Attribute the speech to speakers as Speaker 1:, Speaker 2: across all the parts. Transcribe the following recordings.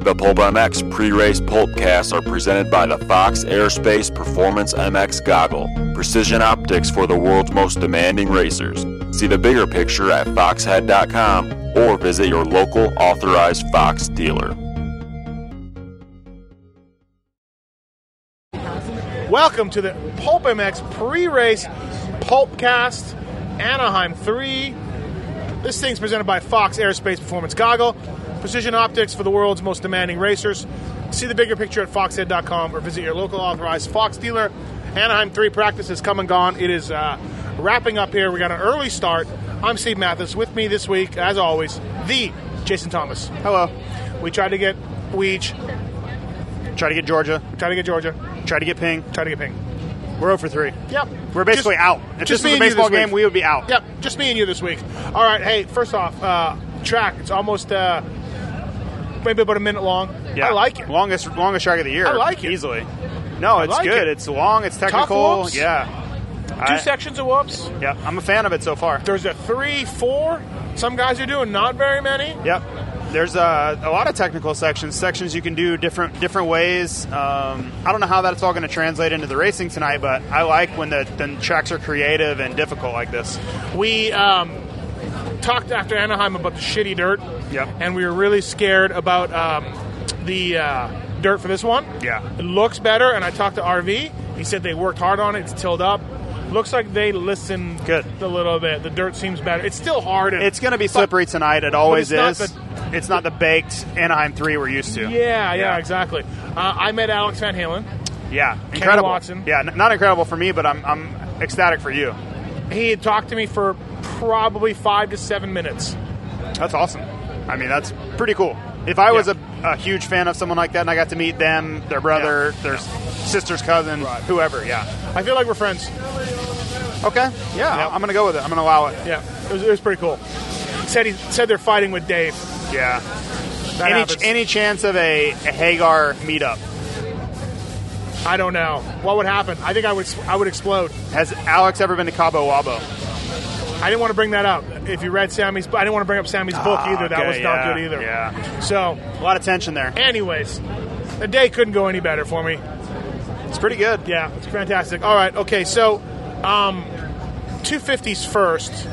Speaker 1: The Pulp MX pre-race pulpcasts are presented by the Fox Aerospace Performance MX goggle, precision optics for the world's most demanding racers. See the bigger picture at foxhead.com or visit your local authorized Fox dealer.
Speaker 2: Welcome to the Pulp MX pre-race Pulpcast Anaheim 3. This thing's presented by Fox Aerospace Performance Goggle, precision optics for the world's most demanding racers. See the bigger picture at foxhead.com or visit your local authorized Fox dealer. Anaheim 3 practice has come and gone. It is uh, wrapping up here. We got an early start. I'm Steve Mathis. With me this week, as always, the Jason Thomas. Hello. We tried to get Weech,
Speaker 3: Try to get Georgia.
Speaker 2: tried to get Georgia,
Speaker 3: Try to get Ping.
Speaker 2: tried to get Ping.
Speaker 3: We're 0 for 3.
Speaker 2: Yep.
Speaker 3: We're basically
Speaker 2: Just-
Speaker 3: out. If
Speaker 2: just
Speaker 3: this
Speaker 2: me and
Speaker 3: was a
Speaker 2: you
Speaker 3: baseball
Speaker 2: this
Speaker 3: game,
Speaker 2: week.
Speaker 3: we would be out.
Speaker 2: Yep, just me and you this week. All right, hey, first off, uh, track. It's almost uh, maybe about a minute long.
Speaker 3: Yeah.
Speaker 2: I like it.
Speaker 3: Longest longest track of the year.
Speaker 2: I like it.
Speaker 3: Easily. No, it's
Speaker 2: like
Speaker 3: good.
Speaker 2: it.
Speaker 3: It's long. It's technical.
Speaker 2: whoops.
Speaker 3: Yeah.
Speaker 2: Two
Speaker 3: I-
Speaker 2: sections of whoops.
Speaker 3: Yeah. I'm a fan of it so far.
Speaker 2: There's a three, four. Some guys are doing not very many.
Speaker 3: Yep. There's uh, a lot of technical sections, sections you can do different different ways. Um, I don't know how that's all going to translate into the racing tonight, but I like when the when tracks are creative and difficult like this.
Speaker 2: We um, talked after Anaheim about the shitty dirt.
Speaker 3: Yep.
Speaker 2: And we were really scared about um, the uh, dirt for this one.
Speaker 3: Yeah.
Speaker 2: It looks better, and I talked to RV. He said they worked hard on it. It's tilled up. Looks like they listened
Speaker 3: Good.
Speaker 2: a little bit. The dirt seems better. It's still hard. and-
Speaker 3: It's going to be slippery tonight. It always
Speaker 2: it's not
Speaker 3: is.
Speaker 2: the-
Speaker 3: it's not the baked Anaheim three we're used to.
Speaker 2: Yeah, yeah, exactly. Uh, I met Alex Van Halen.
Speaker 3: Yeah, incredible.
Speaker 2: Watson.
Speaker 3: Yeah, n- not incredible for me, but I'm, I'm ecstatic for you.
Speaker 2: He had talked to me for probably five to seven minutes.
Speaker 3: That's awesome. I mean, that's pretty cool. If I was
Speaker 2: Yeah.
Speaker 3: a, a huge fan of someone like that and I got to meet them, their brother, their sister's cousin, whoever, yeah.
Speaker 2: I feel like we're friends.
Speaker 3: Okay, yeah, I'm going to go with it. I'm going to allow it.
Speaker 2: Yeah, it was, it was pretty cool. Said he said they're fighting with Dave.
Speaker 3: Yeah.
Speaker 2: That
Speaker 3: Any,
Speaker 2: happens.
Speaker 3: any chance of a, a Hagar meetup?
Speaker 2: I don't know what would happen. I think I would I would explode.
Speaker 3: Has Alex ever been to Cabo Wabo?
Speaker 2: I didn't want to bring that up. If you read Sammy's, I didn't want to bring up Sammy's book either. That
Speaker 3: Ah, okay,
Speaker 2: was not
Speaker 3: yeah,
Speaker 2: good either.
Speaker 3: yeah.
Speaker 2: So,
Speaker 3: A lot of tension there.
Speaker 2: anyways, the day couldn't go any better for me.
Speaker 3: It's pretty good.
Speaker 2: Yeah, it's fantastic. All right, okay, so um, 250s first.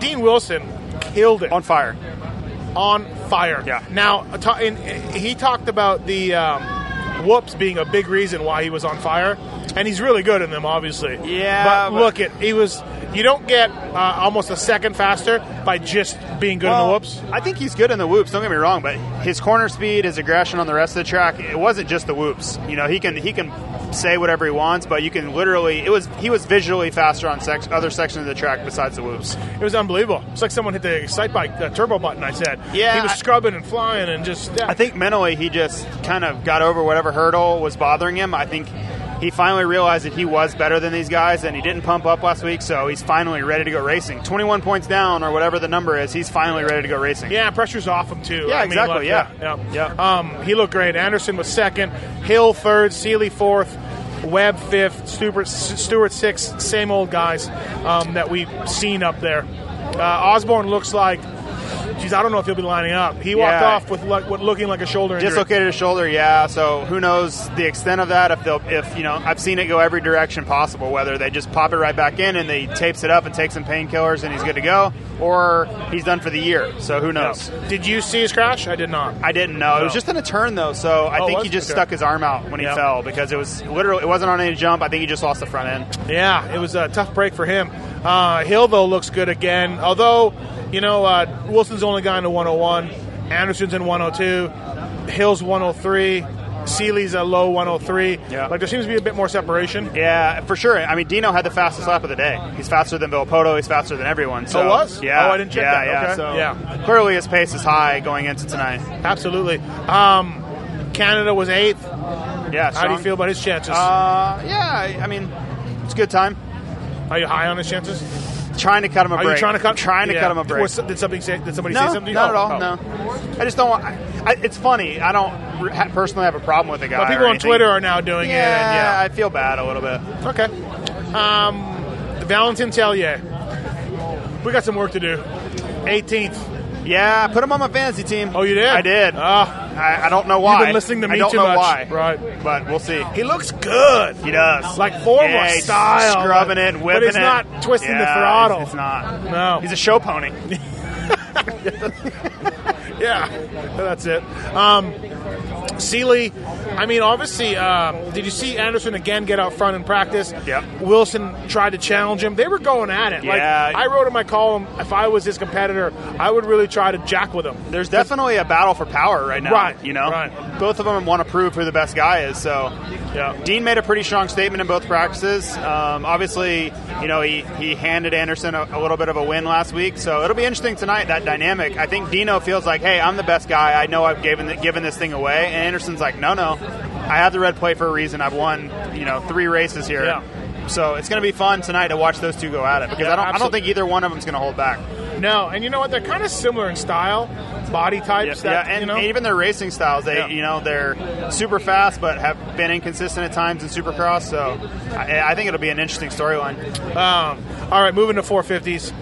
Speaker 2: Dean Wilson killed it
Speaker 3: On
Speaker 2: on,
Speaker 3: fire.
Speaker 2: fire.
Speaker 3: Yeah.
Speaker 2: Now, a ta- and uh, he talked about the um, whoops being a big reason why he was on fire, and he's really good in them, obviously.
Speaker 3: Yeah,
Speaker 2: But,
Speaker 3: but-
Speaker 2: look, it he was. You don't get uh, almost a second faster by just being good in the
Speaker 3: Well,
Speaker 2: whoops.
Speaker 3: I think he's good in the whoops. Don't get me wrong, but his corner speed, his aggression on the rest of the track, it wasn't just the whoops. You know, he can he can say whatever he wants, but you can literally it was he was visually faster on sec- other sections of the track besides the whoops.
Speaker 2: It was unbelievable. It's like someone hit the excite bike, the turbo button. I said.
Speaker 3: Yeah,
Speaker 2: He was
Speaker 3: I-
Speaker 2: scrubbing and flying and just. yeah.
Speaker 3: I think mentally he just kind of got over whatever hurdle was bothering him. I think he finally realized that he was better than these guys and he didn't pump up last week, so he's finally ready to go racing. 21 points down or whatever the number is, he's finally ready to go racing.
Speaker 2: Yeah, pressure's off him too.
Speaker 3: Yeah, exactly,
Speaker 2: look,
Speaker 3: yeah.
Speaker 2: yeah,
Speaker 3: Yeah.
Speaker 2: Um, he looked great. Anderson was second, Hill third, Sealy fourth, Webb fifth, Stewart, Stewart sixth. Same old guys um, that we've seen up there. Uh, Osborne looks like, geez, I don't know if he'll be lining up. He walked
Speaker 3: Yeah.
Speaker 2: off with lo- what looking like a shoulder injury.
Speaker 3: Dislocated his shoulder, yeah. So who knows the extent of that? If they'll, if you know, I've seen it go every direction possible. Whether they just pop it right back in and they tapes it up and takes some painkillers and he's good to go, or he's done for the year. So who knows?
Speaker 2: Did you see his crash? I did not.
Speaker 3: I didn't know. It was
Speaker 2: No.
Speaker 3: just in a turn though, so I
Speaker 2: Oh, it
Speaker 3: think
Speaker 2: was?
Speaker 3: he just
Speaker 2: Okay.
Speaker 3: stuck his arm out when
Speaker 2: Yeah.
Speaker 3: he fell because it was literally it wasn't on any jump. I think he just lost the front end.
Speaker 2: Yeah, it was a tough break for him. Uh, Hill though looks good again. Although, you know, uh, Wilson's the only guy in the 101. Anderson's in 102. Hill's 103. Seeley's a low 103.
Speaker 3: Yeah.
Speaker 2: Like there seems to be a bit more separation.
Speaker 3: Yeah, for sure. I mean, Dino had the fastest lap of the day. He's faster than Villopoto. He's faster than everyone. So
Speaker 2: Oh, was?
Speaker 3: yeah.
Speaker 2: Oh, I didn't check
Speaker 3: yeah,
Speaker 2: that.
Speaker 3: Yeah,
Speaker 2: Okay.
Speaker 3: So
Speaker 2: Yeah.
Speaker 3: clearly his pace is high going into tonight.
Speaker 2: Absolutely. Um, Canada was eighth. How
Speaker 3: Yeah.
Speaker 2: do you
Speaker 3: strong.
Speaker 2: feel about his chances?
Speaker 3: Uh, yeah, I mean, it's a good time.
Speaker 2: Are you high on his chances?
Speaker 3: Trying to cut him a
Speaker 2: Are
Speaker 3: break.
Speaker 2: you trying to cut?
Speaker 3: Trying to
Speaker 2: Yeah.
Speaker 3: cut him a break.
Speaker 2: Was- did somebody say? Did somebody
Speaker 3: no,
Speaker 2: say something?
Speaker 3: not at
Speaker 2: Oh,
Speaker 3: all.
Speaker 2: oh.
Speaker 3: No, I just don't want. I, it's funny. I don't re- ha- personally have a problem with the guy.
Speaker 2: But people
Speaker 3: or
Speaker 2: on
Speaker 3: anything.
Speaker 2: Twitter are now doing
Speaker 3: Yeah,
Speaker 2: it.
Speaker 3: I feel bad a little bit.
Speaker 2: And yeah. Okay. Um, Valentin Tellier. We got some work to do. 18th.
Speaker 3: Yeah, I put him on my fantasy team.
Speaker 2: Oh, you did?
Speaker 3: I did.
Speaker 2: Ah.
Speaker 3: I, I don't know why.
Speaker 2: You've been listening to me
Speaker 3: I don't
Speaker 2: too
Speaker 3: know
Speaker 2: much.
Speaker 3: why.
Speaker 2: Right.
Speaker 3: But we'll see.
Speaker 2: He looks good.
Speaker 3: He does.
Speaker 2: Like formal
Speaker 3: Yeah, he's
Speaker 2: style.
Speaker 3: Scrubbing
Speaker 2: but-
Speaker 3: it, whipping
Speaker 2: But
Speaker 3: it.
Speaker 2: he's not twisting
Speaker 3: Yeah,
Speaker 2: the
Speaker 3: it's-
Speaker 2: throttle.
Speaker 3: It's not.
Speaker 2: No.
Speaker 3: He's a show pony.
Speaker 2: yeah, that's it. Um, Sealy, I mean, obviously, uh, did you see Anderson again get out front in practice?
Speaker 3: Yep.
Speaker 2: Wilson tried to challenge him. They were going at it.
Speaker 3: Yeah.
Speaker 2: Like I wrote in my column, if I was his competitor, I would really try to jack with him.
Speaker 3: There's definitely a battle for power right now.
Speaker 2: Right,
Speaker 3: You know?
Speaker 2: right.
Speaker 3: Both of them want to prove who the best guy is. So
Speaker 2: Yeah.
Speaker 3: Dean made a pretty strong statement in both practices. Um, obviously, you know, he, he handed Anderson a, a little bit of a win last week. So it'll be interesting tonight, that dynamic. I think Dino feels like, hey, I'm the best guy. I know I've given, given this thing away. And Anderson's like, no, no. I have the red plate for a reason. I've won, you know, three races here.
Speaker 2: Yeah.
Speaker 3: So it's going to be fun tonight to watch those two go at it because
Speaker 2: Yeah,
Speaker 3: I don't I don't
Speaker 2: absolutely.
Speaker 3: think either one of them's going to hold back.
Speaker 2: No, and you know what? They're kind of similar in style, body
Speaker 3: Yeah,
Speaker 2: types. that,
Speaker 3: yeah, and
Speaker 2: you know?
Speaker 3: and even their racing styles. They,
Speaker 2: Yeah.
Speaker 3: you know, they're super fast, but have been inconsistent at times in Supercross. So, I, I think it'll be an interesting storyline.
Speaker 2: Um, all right, moving to 450s.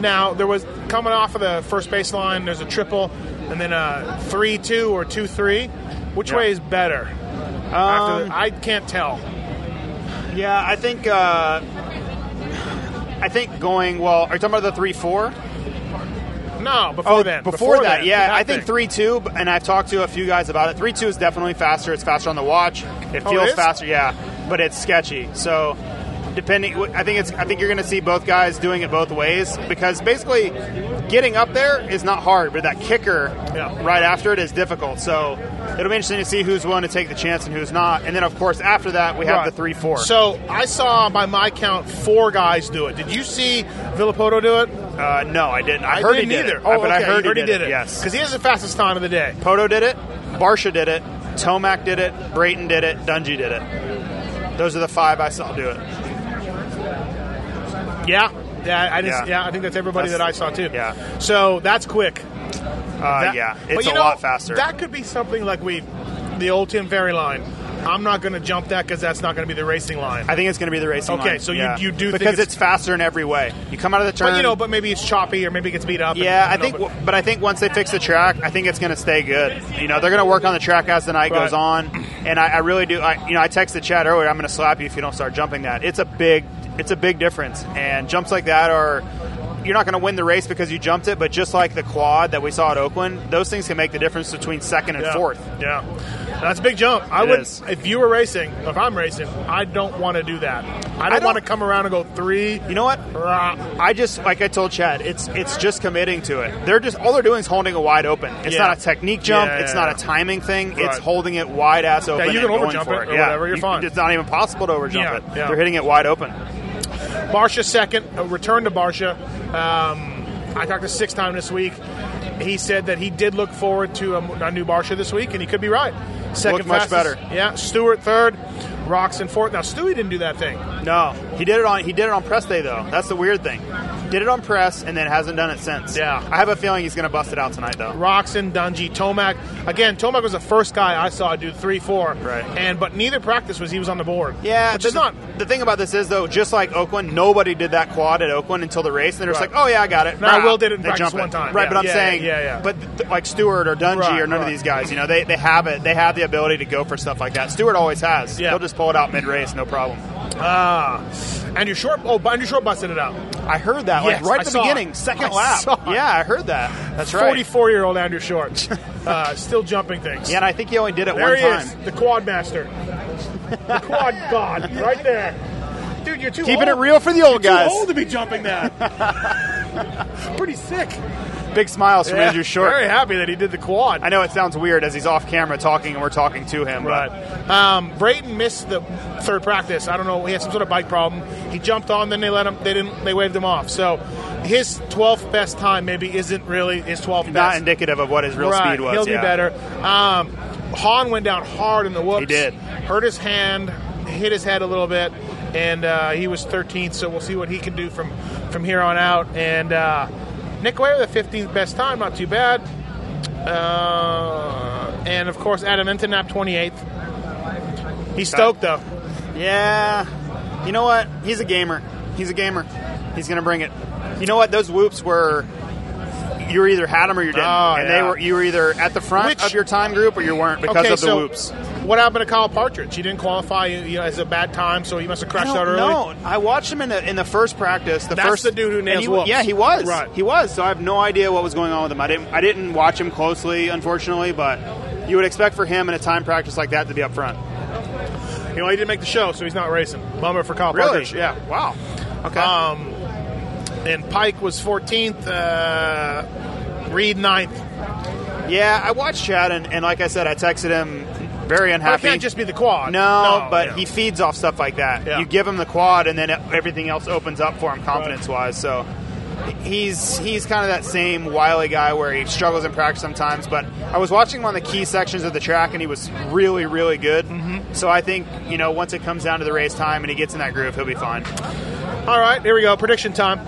Speaker 2: Now there was coming off of the first baseline. There's a triple, and then a three-two or two-three. Which
Speaker 3: Yeah.
Speaker 2: way is better? After
Speaker 3: Um,
Speaker 2: the, I can't tell.
Speaker 3: Yeah, I think. Uh, I think going well. Are you talking about the three four?
Speaker 2: No, before then.
Speaker 3: Oh, Before, that,
Speaker 2: then,
Speaker 3: yeah, I
Speaker 2: that
Speaker 3: think
Speaker 2: thing.
Speaker 3: three two, and I've talked to a few guys about it. Three two is definitely faster. It's faster on the watch. It feels
Speaker 2: Oh, it is?
Speaker 3: faster, yeah, but it's sketchy. So depending, I think it's I think you're going to see both guys doing it both ways because basically getting up there is not hard, but that kicker
Speaker 2: Yeah.
Speaker 3: right after it is difficult. So it'll be interesting to see who's willing to take the chance and who's not. And then of course after that we have
Speaker 2: Right.
Speaker 3: the three four.
Speaker 2: So I saw by my count four guys do it. Did you see Villapoto do it?
Speaker 3: uh, no, I didn't. I, heard
Speaker 2: didn't
Speaker 3: he did
Speaker 2: either.
Speaker 3: it,
Speaker 2: Oh,
Speaker 3: but I
Speaker 2: okay,
Speaker 3: heard,
Speaker 2: you
Speaker 3: he did it. Yes,
Speaker 2: because he has the fastest time of the day.
Speaker 3: Poto did it, Barsha did it, Tomac did it, Brayton did it, Dungy did it. Those are the five I saw do it.
Speaker 2: Yeah, yeah, I just,
Speaker 3: Yeah.
Speaker 2: yeah. I think that's everybody
Speaker 3: That's-
Speaker 2: that I saw too.
Speaker 3: yeah.
Speaker 2: So that's quick.
Speaker 3: Uh,
Speaker 2: That-
Speaker 3: yeah,
Speaker 2: but
Speaker 3: it's
Speaker 2: you
Speaker 3: a
Speaker 2: know,
Speaker 3: lot faster.
Speaker 2: That could be something like we, the old Tim Ferry line. I'm not going to jump that because that's not going to be the racing line.
Speaker 3: I think it's going to be the racing.
Speaker 2: Okay,
Speaker 3: line.
Speaker 2: so you-
Speaker 3: Yeah.
Speaker 2: you do think
Speaker 3: because
Speaker 2: it's-
Speaker 3: it's, faster in every way. You come out of the turn.
Speaker 2: but you know, but maybe it's choppy or maybe it gets beat up. and-
Speaker 3: yeah, I
Speaker 2: you know,
Speaker 3: think,
Speaker 2: but-
Speaker 3: but, I think once they fix the track, I think it's going to stay good. You know, they're going to work on the track as the night
Speaker 2: Right.
Speaker 3: goes on, and I, I really do. I, you know, I texted Chad earlier. I'm going to slap you if you don't start jumping that. It's a big, it's a big difference, and jumps like that are. You're not going to win the race because you jumped it, but just like the quad that we saw at Oakland, those things can make the difference between second and
Speaker 2: yeah.
Speaker 3: fourth.
Speaker 2: Yeah, that's a big jump. I
Speaker 3: It
Speaker 2: would,
Speaker 3: is.
Speaker 2: if you were racing, if I'm racing, I don't want to do that. I don't,
Speaker 3: don't-
Speaker 2: want to come around and go three.
Speaker 3: You know what?
Speaker 2: rah.
Speaker 3: I just like I told Chad, it's it's just committing to it. They're just all they're doing is holding it wide open. It's
Speaker 2: Yeah.
Speaker 3: not a technique jump.
Speaker 2: Yeah,
Speaker 3: it's
Speaker 2: yeah,
Speaker 3: not
Speaker 2: yeah.
Speaker 3: a timing thing. It's
Speaker 2: Right.
Speaker 3: holding it wide ass open.
Speaker 2: you can
Speaker 3: and going
Speaker 2: overjump
Speaker 3: for
Speaker 2: it
Speaker 3: it
Speaker 2: or whatever, you're
Speaker 3: You-
Speaker 2: fine.
Speaker 3: It's not even possible to overjump
Speaker 2: Yeah,
Speaker 3: it.
Speaker 2: yeah.
Speaker 3: They're hitting it wide open.
Speaker 2: Barsha second, a return to Barsha. Um, I talked to Six Time this week. He said that he did look forward to a, a new Barsha this week, and he could be right. Second
Speaker 3: Looked much
Speaker 2: fastest.
Speaker 3: better.
Speaker 2: Yeah, Stewart third, Rocks in fourth. Now Stewie didn't do that thing.
Speaker 3: No, he did it on he did it on press day though. That's the weird thing. Did it on press and then hasn't done it since.
Speaker 2: Yeah.
Speaker 3: I have a feeling he's going to bust it out tonight though.
Speaker 2: Roxon, Dungy, Tomac. Again, Tomac was the first guy I saw do three, four.
Speaker 3: Right.
Speaker 2: And but neither practice was he was on the board.
Speaker 3: Yeah,
Speaker 2: which
Speaker 3: the-
Speaker 2: is not.
Speaker 3: the thing about this is though. Just like Oakland, nobody did that quad at Oakland until the race, and they're just
Speaker 2: Right.
Speaker 3: like, "Oh yeah, I got it."
Speaker 2: No, I
Speaker 3: Brah.
Speaker 2: Will did it in
Speaker 3: They
Speaker 2: practice
Speaker 3: jump
Speaker 2: one time.
Speaker 3: right?
Speaker 2: Yeah.
Speaker 3: But I'm
Speaker 2: Yeah,
Speaker 3: saying,
Speaker 2: yeah, yeah.
Speaker 3: But th- like Stewart or Dungy
Speaker 2: Right,
Speaker 3: or none
Speaker 2: right.
Speaker 3: of these guys, you know, they, they have it. They have the ability to go for stuff like that. Stewart always has.
Speaker 2: Yeah.
Speaker 3: He'll just pull it out mid race, no problem.
Speaker 2: Ah, Andrew Short. Oh, Andrew Short busted it out.
Speaker 3: I heard that
Speaker 2: like, Yes, right
Speaker 3: right
Speaker 2: I at the
Speaker 3: at the
Speaker 2: saw beginning,
Speaker 3: beginning,
Speaker 2: it. second
Speaker 3: second
Speaker 2: I lap.
Speaker 3: lap.
Speaker 2: saw it.
Speaker 3: Yeah, I heard that. That's right.
Speaker 2: Forty-four-year-old Andrew Short, uh, still jumping things.
Speaker 3: Yeah, and I think he only did it
Speaker 2: There
Speaker 3: one
Speaker 2: he
Speaker 3: time.
Speaker 2: is, the quad master, the quad god, right there. Dude, you're too
Speaker 3: Keeping it
Speaker 2: old.
Speaker 3: real for the old
Speaker 2: Too
Speaker 3: guys.
Speaker 2: old to be jumping that. Pretty sick.
Speaker 3: Big smiles from Andrew Short.
Speaker 2: Very happy that he did the quad.
Speaker 3: I know it sounds weird as he's off camera talking and we're talking to him,
Speaker 2: Right. Um, Brayton missed the third practice. I don't know. He had some sort of bike problem. He jumped on, then they let him. They didn't. They waved him off. So his 12th best time maybe isn't really his 12th
Speaker 3: but
Speaker 2: best.
Speaker 3: not indicative of what his real
Speaker 2: right.
Speaker 3: speed was.
Speaker 2: He'll
Speaker 3: yeah.
Speaker 2: be better. Um, Hahn went down hard in the whoops.
Speaker 3: He did.
Speaker 2: Hurt his hand, hit his head a little bit, and uh, he was 13th. So we'll see what he can do from from here on out. And uh, Nick Ware, the 15th best time, not too bad. Uh, and of course, Adam Entenap, 28th. He's stoked though.
Speaker 3: Yeah. You know what? He's a gamer. He's a gamer. He's going to bring it. You know what? Those whoops were. you either had them or you didn't,
Speaker 2: Oh,
Speaker 3: and
Speaker 2: yeah.
Speaker 3: they were you were either at the front
Speaker 2: Which-
Speaker 3: of your time group or you weren't because
Speaker 2: okay,
Speaker 3: of the
Speaker 2: so
Speaker 3: whoops.
Speaker 2: what happened to Kyle Partridge? He didn't qualify you know, as a bad time, so he must have crashed out early.
Speaker 3: No, I watched him in the in the first practice. The
Speaker 2: That's
Speaker 3: first,
Speaker 2: the dude who
Speaker 3: and
Speaker 2: nails
Speaker 3: he-
Speaker 2: whoops.
Speaker 3: Yeah, he was.
Speaker 2: Right.
Speaker 3: He was. So I have no idea what was going on with him. I didn't. I didn't watch him closely, unfortunately. But you would expect for him in a time practice like that to be up front.
Speaker 2: You know, he didn't make the show, so he's not racing. Bummer for Kyle Partridge. Yeah.
Speaker 3: Wow. Okay.
Speaker 2: Um, and Pike was 14th, uh, Reed 9th.
Speaker 3: yeah, I watched Chad, and, and like I said, I texted him. Very
Speaker 2: But it
Speaker 3: unhappy.
Speaker 2: can't just be the quad.
Speaker 3: No, but
Speaker 2: yeah.
Speaker 3: he feeds off stuff like that.
Speaker 2: Yeah.
Speaker 3: You give him the quad, and then everything else opens up for him confidence wise. So he's he's kind of that same wily guy where he struggles in practice sometimes. But I was watching him on the key sections of the track, and he was really really good. Mm-hmm. So I think you know once it comes down to the race time and he gets in that groove, he'll be fine.
Speaker 2: All right, here we go. Prediction time.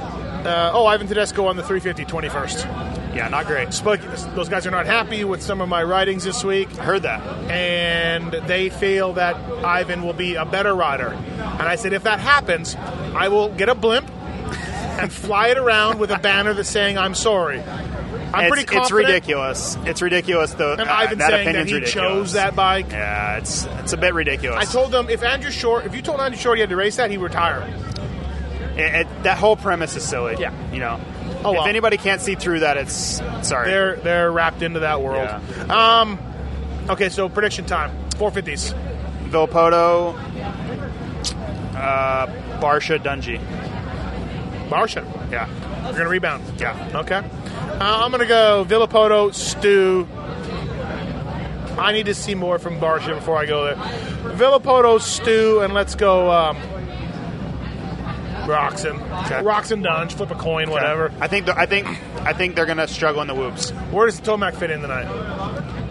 Speaker 2: Uh, oh, Ivan Tedesco on the 350, 21st.
Speaker 3: Yeah, not great.
Speaker 2: Spoke- those guys are not happy with some of my writings this week,
Speaker 3: Heard that.
Speaker 2: and they feel that Ivan will be a better rider. And I said, if that happens, I will get a blimp and fly it around with a banner that's saying, I'm sorry. I'm
Speaker 3: it's,
Speaker 2: pretty confident.
Speaker 3: it's ridiculous. It's ridiculous. though.
Speaker 2: And
Speaker 3: uh,
Speaker 2: Ivan
Speaker 3: that
Speaker 2: saying that
Speaker 3: opinion's
Speaker 2: he
Speaker 3: ridiculous.
Speaker 2: chose that bike.
Speaker 3: Yeah, it's it's a bit ridiculous.
Speaker 2: I told them if Andrew Short, if you told Andrew Short he had to race that, he'd retire.
Speaker 3: It, it, that whole premise is silly.
Speaker 2: Yeah.
Speaker 3: You know.
Speaker 2: Oh, well.
Speaker 3: If anybody can't see through that, it's sorry.
Speaker 2: They're they're wrapped into that world. Um, okay, so prediction time: four fifties.
Speaker 3: Vilpoto, uh, Barsha Dungy.
Speaker 2: Barsha,
Speaker 3: Yeah.
Speaker 2: you're gonna rebound.
Speaker 3: Yeah.
Speaker 2: Okay, uh, I'm gonna go Villapoto, Stu. I need to see more from Barsha before I go there. Villapoto, Stu, and let's go. Um, Roxon,
Speaker 3: Okay.
Speaker 2: Roxon Dunge, flip a coin, whatever.
Speaker 3: I think. I think. I think they're gonna struggle in the whoops.
Speaker 2: Where does Tomac fit in tonight?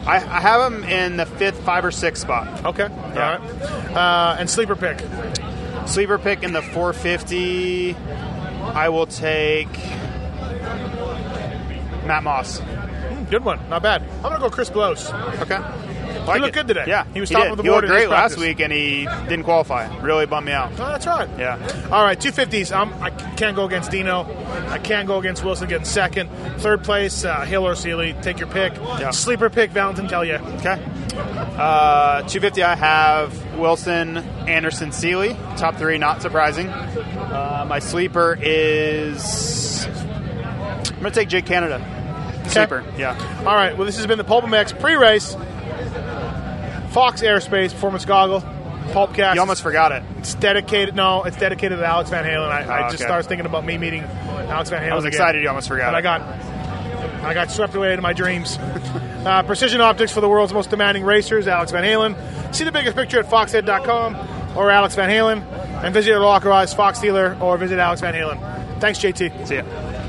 Speaker 3: I, I have them in the fifth, five or sixth spot.
Speaker 2: Okay,
Speaker 3: Yeah.
Speaker 2: all right. Uh, and sleeper pick.
Speaker 3: Sleeper pick in the 450. I will take Matt Moss.
Speaker 2: Good one, not bad. I'm gonna go Chris Blows.
Speaker 3: Okay.
Speaker 2: He
Speaker 3: Like
Speaker 2: looked
Speaker 3: it.
Speaker 2: good today.
Speaker 3: Yeah,
Speaker 2: He was
Speaker 3: he
Speaker 2: top
Speaker 3: did.
Speaker 2: of the
Speaker 3: He
Speaker 2: board
Speaker 3: looked
Speaker 2: in his
Speaker 3: great last
Speaker 2: practice.
Speaker 3: week, and he didn't qualify. Really bummed me out.
Speaker 2: Oh, that's right.
Speaker 3: Yeah.
Speaker 2: All right, 250s. I'm, I can't go against Dino. I can't go against Wilson getting second. Third place, uh, Hill or Sealy. Take your pick.
Speaker 3: Yeah.
Speaker 2: Sleeper pick, Valentin Tellier.
Speaker 3: Okay. Uh, 250, I have Wilson, Anderson, Seeley. Top three, not surprising. Uh, my sleeper is. I'm going to take Jake Canada. Sleeper, yeah.
Speaker 2: All right, well, this has been the Pulpamex pre race. Fox Airspace Performance Goggle. Pulpcast.
Speaker 3: You almost forgot it.
Speaker 2: It's dedicated. No, it's dedicated to Alex Van Halen. I, I
Speaker 3: Oh,
Speaker 2: just
Speaker 3: okay.
Speaker 2: started thinking about me meeting Alex Van Halen.
Speaker 3: I was
Speaker 2: again.
Speaker 3: excited you almost forgot
Speaker 2: but I
Speaker 3: it.
Speaker 2: got I got swept away into my dreams. Uh, precision optics for the world's most demanding racers, Alex Van Halen. See the biggest picture at foxhead.com or Alex Van Halen, and visit your localized Fox dealer or visit Alex Van Halen. Thanks, JT.
Speaker 3: See ya.